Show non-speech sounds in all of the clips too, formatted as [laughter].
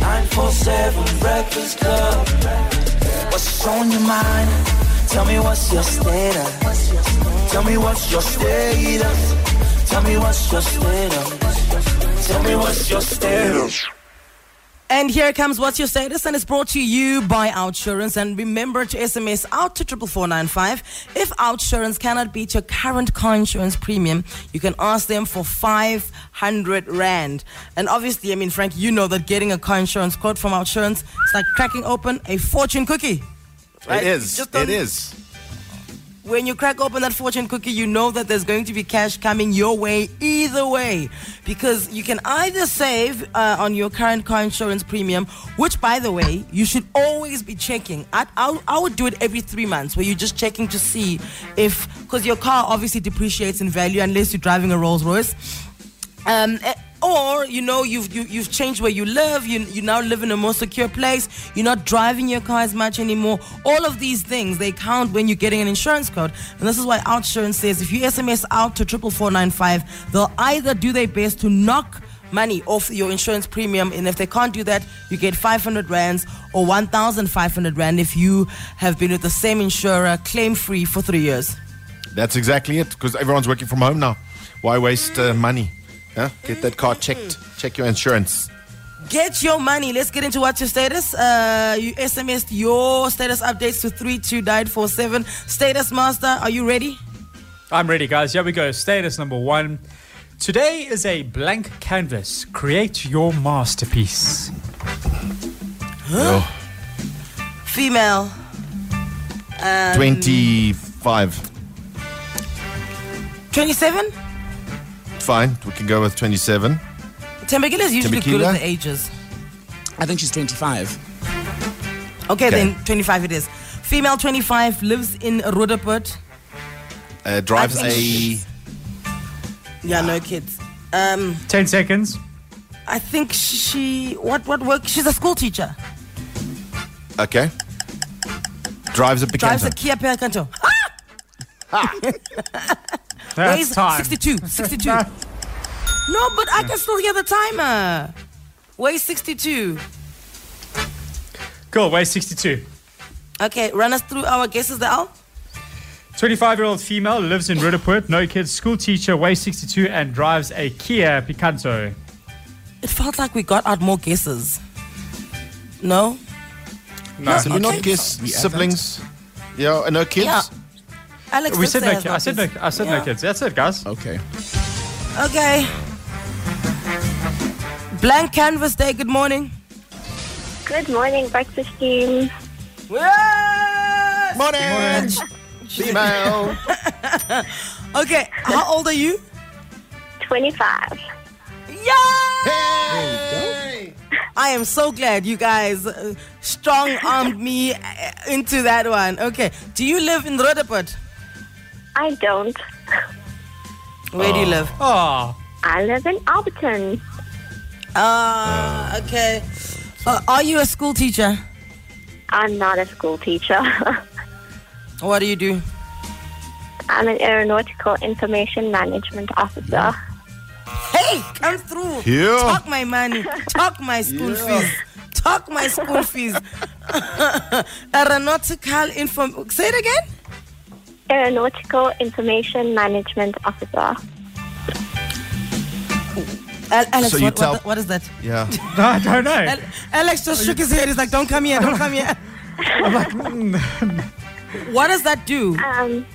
947 Breakfast Club. What's on your mind? Tell me what's your status. Tell me what's your status. Tell me what's your status. Tell me what's your status. And here comes What's Your Status, and it's brought to you by Outsurance. And remember to SMS out to 44495. If Outsurance cannot beat your current car insurance premium, you can ask them for 500 Rand. And obviously, I mean, Frank, you know that getting a car insurance quote from Outsurance is like cracking open a fortune cookie. Right? It is. Just it don't- is. when you crack open that fortune cookie, you know that there's going to be cash coming your way either way. Because you can either save uh, on your current car insurance premium, which, by the way, you should always be checking. I, I, I would do it every three months where you're just checking to see if, because your car obviously depreciates in value unless you're driving a Rolls Royce. Um, eh, or you know you've you, you've changed where you live. You you now live in a more secure place. You're not driving your car as much anymore. All of these things they count when you're getting an insurance quote, and this is why Outsurance says if you SMS out to triple four nine five, they'll either do their best to knock money off your insurance premium and if they can't do that you get 500 rands or 1500 rand if you have been with the same insurer claim free for three years That's exactly it. Because everyone's working from home now. Why waste uh, money? Huh? Get that car checked. Check your insurance. Get your money. Let's get into what's your status. Uh, you SMSed your status updates to 32947. Status Master, are you ready? I'm ready, guys. Here we go. Status number one. Today is a blank canvas. Create your masterpiece. Female. Um, 25. 27? Fine. We can go with 27. Tembekile is usually good Tembekile? at the ages. I think she's 25. Okay, Okay. then 25 it is. Female 25 lives in Rudaput. Uh, drives I a. think- Yeah, no kids. Um, 10 seconds. I think she what what work? She's a school teacher. Okay. Drives a Drives a Picanto. Kia Picanto. That's time. [laughs] 62. 62. no, but I can still hear the timer. Weighs 62. Cool. Weighs 62. Okay, run us through our guesses, Al. 25 year old female lives in Ridderport. No kids. School teacher. Weighs 62 and drives a Kia Picanto. It felt like we got out more guesses. No? No. So we not kiss siblings. Yeah, and no kids. Yeah. Alex, We did said say no has kids. I said no. I said no Yeah. kids. That's it, guys. Okay. Okay. Blank Canvas Day, good morning. Good morning, breakfast team. Yes! Morning. Female. Okay, how old are you? 25. Yeah! Hey! I am so glad you guys uh, strong armed me uh, into that one. Okay, do you live in Rodaput? I don't. Where do you live? Ah, I live in Alberton. Ah, okay. Uh, are you a school teacher? I'm not a school teacher. [laughs] What do you do? I'm an aeronautical information management officer. Hey, come through. Yeah. Talk my money. Talk my school fees. Talk my school fees. [laughs] Aeronautical inform. Say it again. Aeronautical information management officer. Al- Alex, So you what, tell- what, the- what is that? [laughs] Yeah. no, [laughs] I don't know. Al- Alex just shook his head. He's like, "Don't come here. Don't come here." "Mm." what does that do? Um,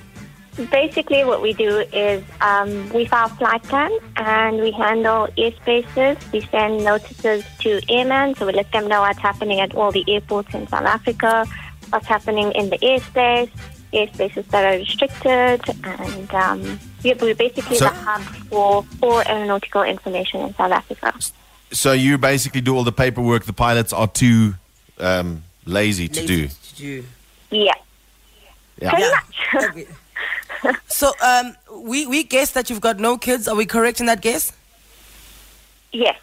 basically, what we do is um, we file flight plans and we handle airspaces. We send notices to airmen, so we let them know what's happening at all the airports in South Africa, what's happening in the airspace, airspaces that are restricted, and um, yeah, we're basically So- the hub for all aeronautical information in South Africa. So you basically do all the paperwork. The pilots are too. Um, lazy to do. to do. Yeah, Yeah. pretty much. [laughs] Okay. so um, we we guess that you've got no kids. Are we correct in that guess? yes.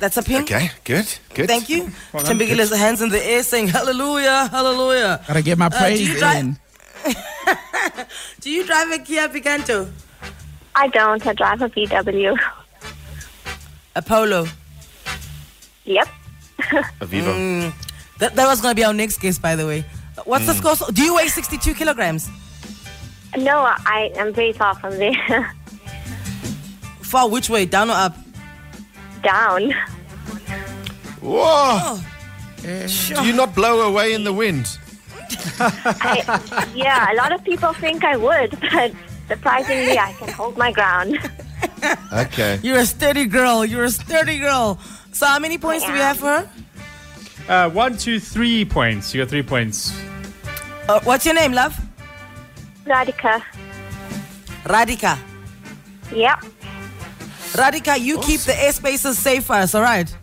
That's a pin. Okay, good, good. Thank you. Well, has her hands in the air saying hallelujah, hallelujah. Gotta get my Uh, do praise you drive- in. [laughs] Do you drive a Kia Picanto? I don't. I drive a VW. A Polo. [laughs] Yep. Aviva. That, that was going to be our next guess, by the way. What's the score? So- Do you weigh 62 kilograms? No, I am very far from there. [laughs] Far which way? Down or up? Down. Whoa! Eh, Do you not blow away in the wind? I, yeah, a lot of people think I would, [laughs] but surprisingly, I can hold my ground. [laughs] Okay. You're a sturdy girl. You're a sturdy girl. So how many points do we have for her? Uh, one, two, three points. You got three points. Uh, what's your name, love? Radhika. Radhika. Yep. [laughs] Radhika, you keep the airspaces safe for us, all right?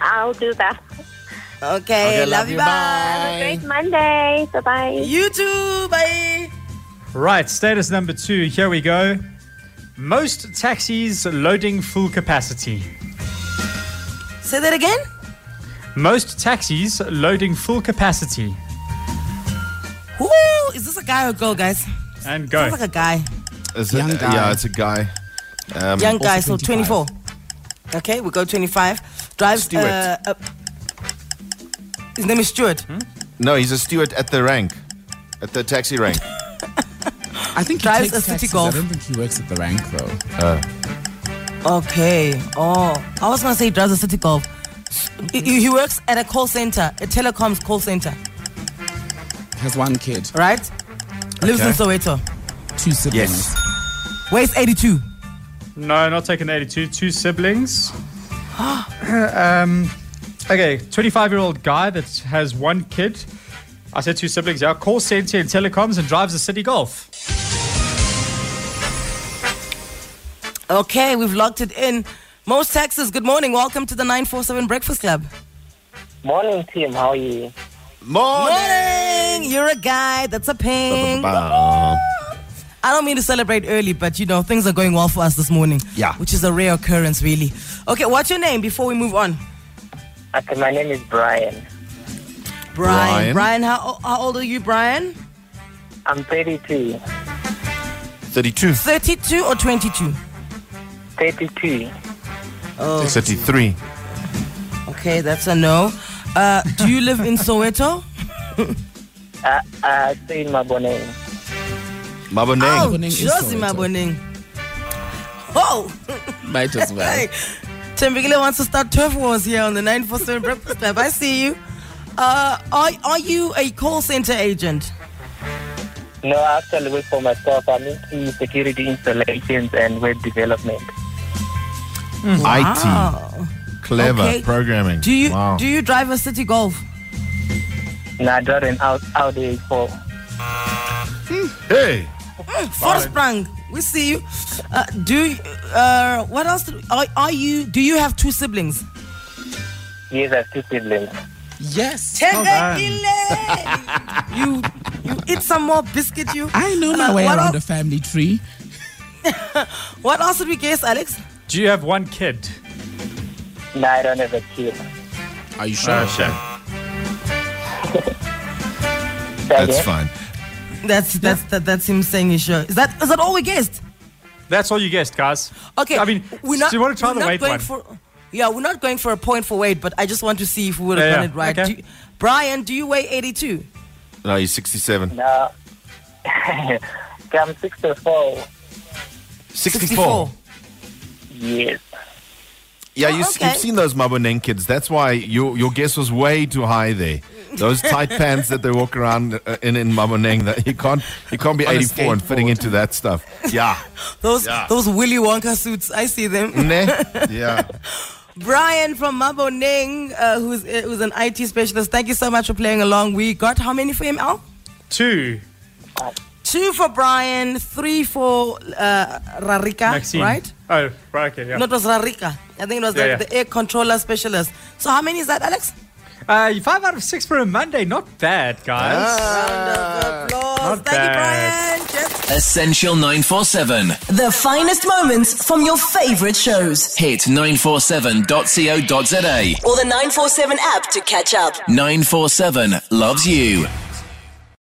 I'll do that. Okay, Okay, love, you, bye. Great Monday. Bye bye. You too, bye. Right, status number two. Here we go. Most taxis loading full capacity. Say that again? Most taxis loading full capacity. Who is this a guy or girl, guys? Sounds And go. like a guy. Is it- Young guy. Yeah, it's a guy. Um, Young guy, so 25. 24. Okay, we go 25. Drives. Stuart. Uh, uh, his name is Stuart. Hmm? No, he's a steward at the rank, at the taxi rank. I think he Drives takes a city taxis. golf. I don't think he works at the rank though. Okay. Oh, I was going to say he drives a city golf. He, he works at a call center, a telecoms call center, Has one kid, right? Lives in Okay. Soweto. two siblings. Yes. Weighs 82. No, not taking 82. [gasps] Two siblings. um, okay, 25 year old guy that has one kid. I said two siblings. Yeah, call center and telecoms and drives a city golf. Okay, we've locked it in. Most Texas, good morning. Welcome to the 947 Breakfast Club. Morning, team. How are you? Morning. Morning! You're a guy, that's a ping. I don't mean to celebrate early, but you know, things are going well for us this morning. Yeah. Which is a rare occurrence, really. Okay, what's your name before we move on? Okay, my name is Brian. Brian. Brian. Brian, how, how old are you, Brian? I'm 32. 32, 32 or 22? 32. Oh. 33. Okay, that's a no. Uh, do you live in Soweto? Uh, uh, stay in my bonnet. Maboneng. Oh, Maboneng is Josie Soweto. Maboneng. Oh! Might as well. Hey, Tembikile wants to start turf wars here on the 947 Breakfast Club. I see you. Uh, are, are you a call center agent? No, I actually work for myself. I'm into security installations and web development. IT. Clever Okay. programming. Do you Wow. do you drive a city golf? Now, I drive an out, out there for hey. Forsprung, we see you. Uh, do uh, what else? do- are, are you? Do you have two siblings? years as two siblings. Yes. Tembekile! [laughs] you you eat some more biscuit. You. I know my Uh, way what around the else, family tree. What else did we guess, Alex? Do you have one kid? Now, I don't have a kid. Are you Uh, Uh, sure? That's fine. That's that's that, that's him saying you sure. Is that is that all we guessed? That's all you guessed, guys. Okay. I mean, do you want to try we're the not weight going one? For, yeah, we're not going for a point for weight, but I just want to see if we would have Yeah, done yeah. it right. Okay. Do you- Brian, do you weigh 82? No, he's 67. Now, [laughs] okay, I'm 64. 64. Yes. Yeah, you, Oh, okay. have seen those Maboneng kids. That's why your, your guess was way too high there. Those [laughs] tight pants that they walk around uh, in in Maboneng, that you can't you can't be On a 84 and fitting skateboard. into that stuff. Yeah, Those Yeah. those Willy Wonka suits, I see them. [laughs] Ne? [laughs] yeah. Brian from Maboneng, uh, who's uh, who's an IT specialist. Thank you so much for playing along. We got how many for him, Al? Two. Two for Brian, three for uh, Rarika, Maxine. right? Oh, right, okay, yeah. No, it was Rarika. I think it was Yeah, the, yeah. the air controller specialist. So how many is that, Alex? Uh, five out of six for a Monday. Not bad, guys. Ah, Uh, Not bad. Essential 947. The finest moments from your favorite shows. Hit 947.co.za. Or the 947 app to catch up. 947 loves you.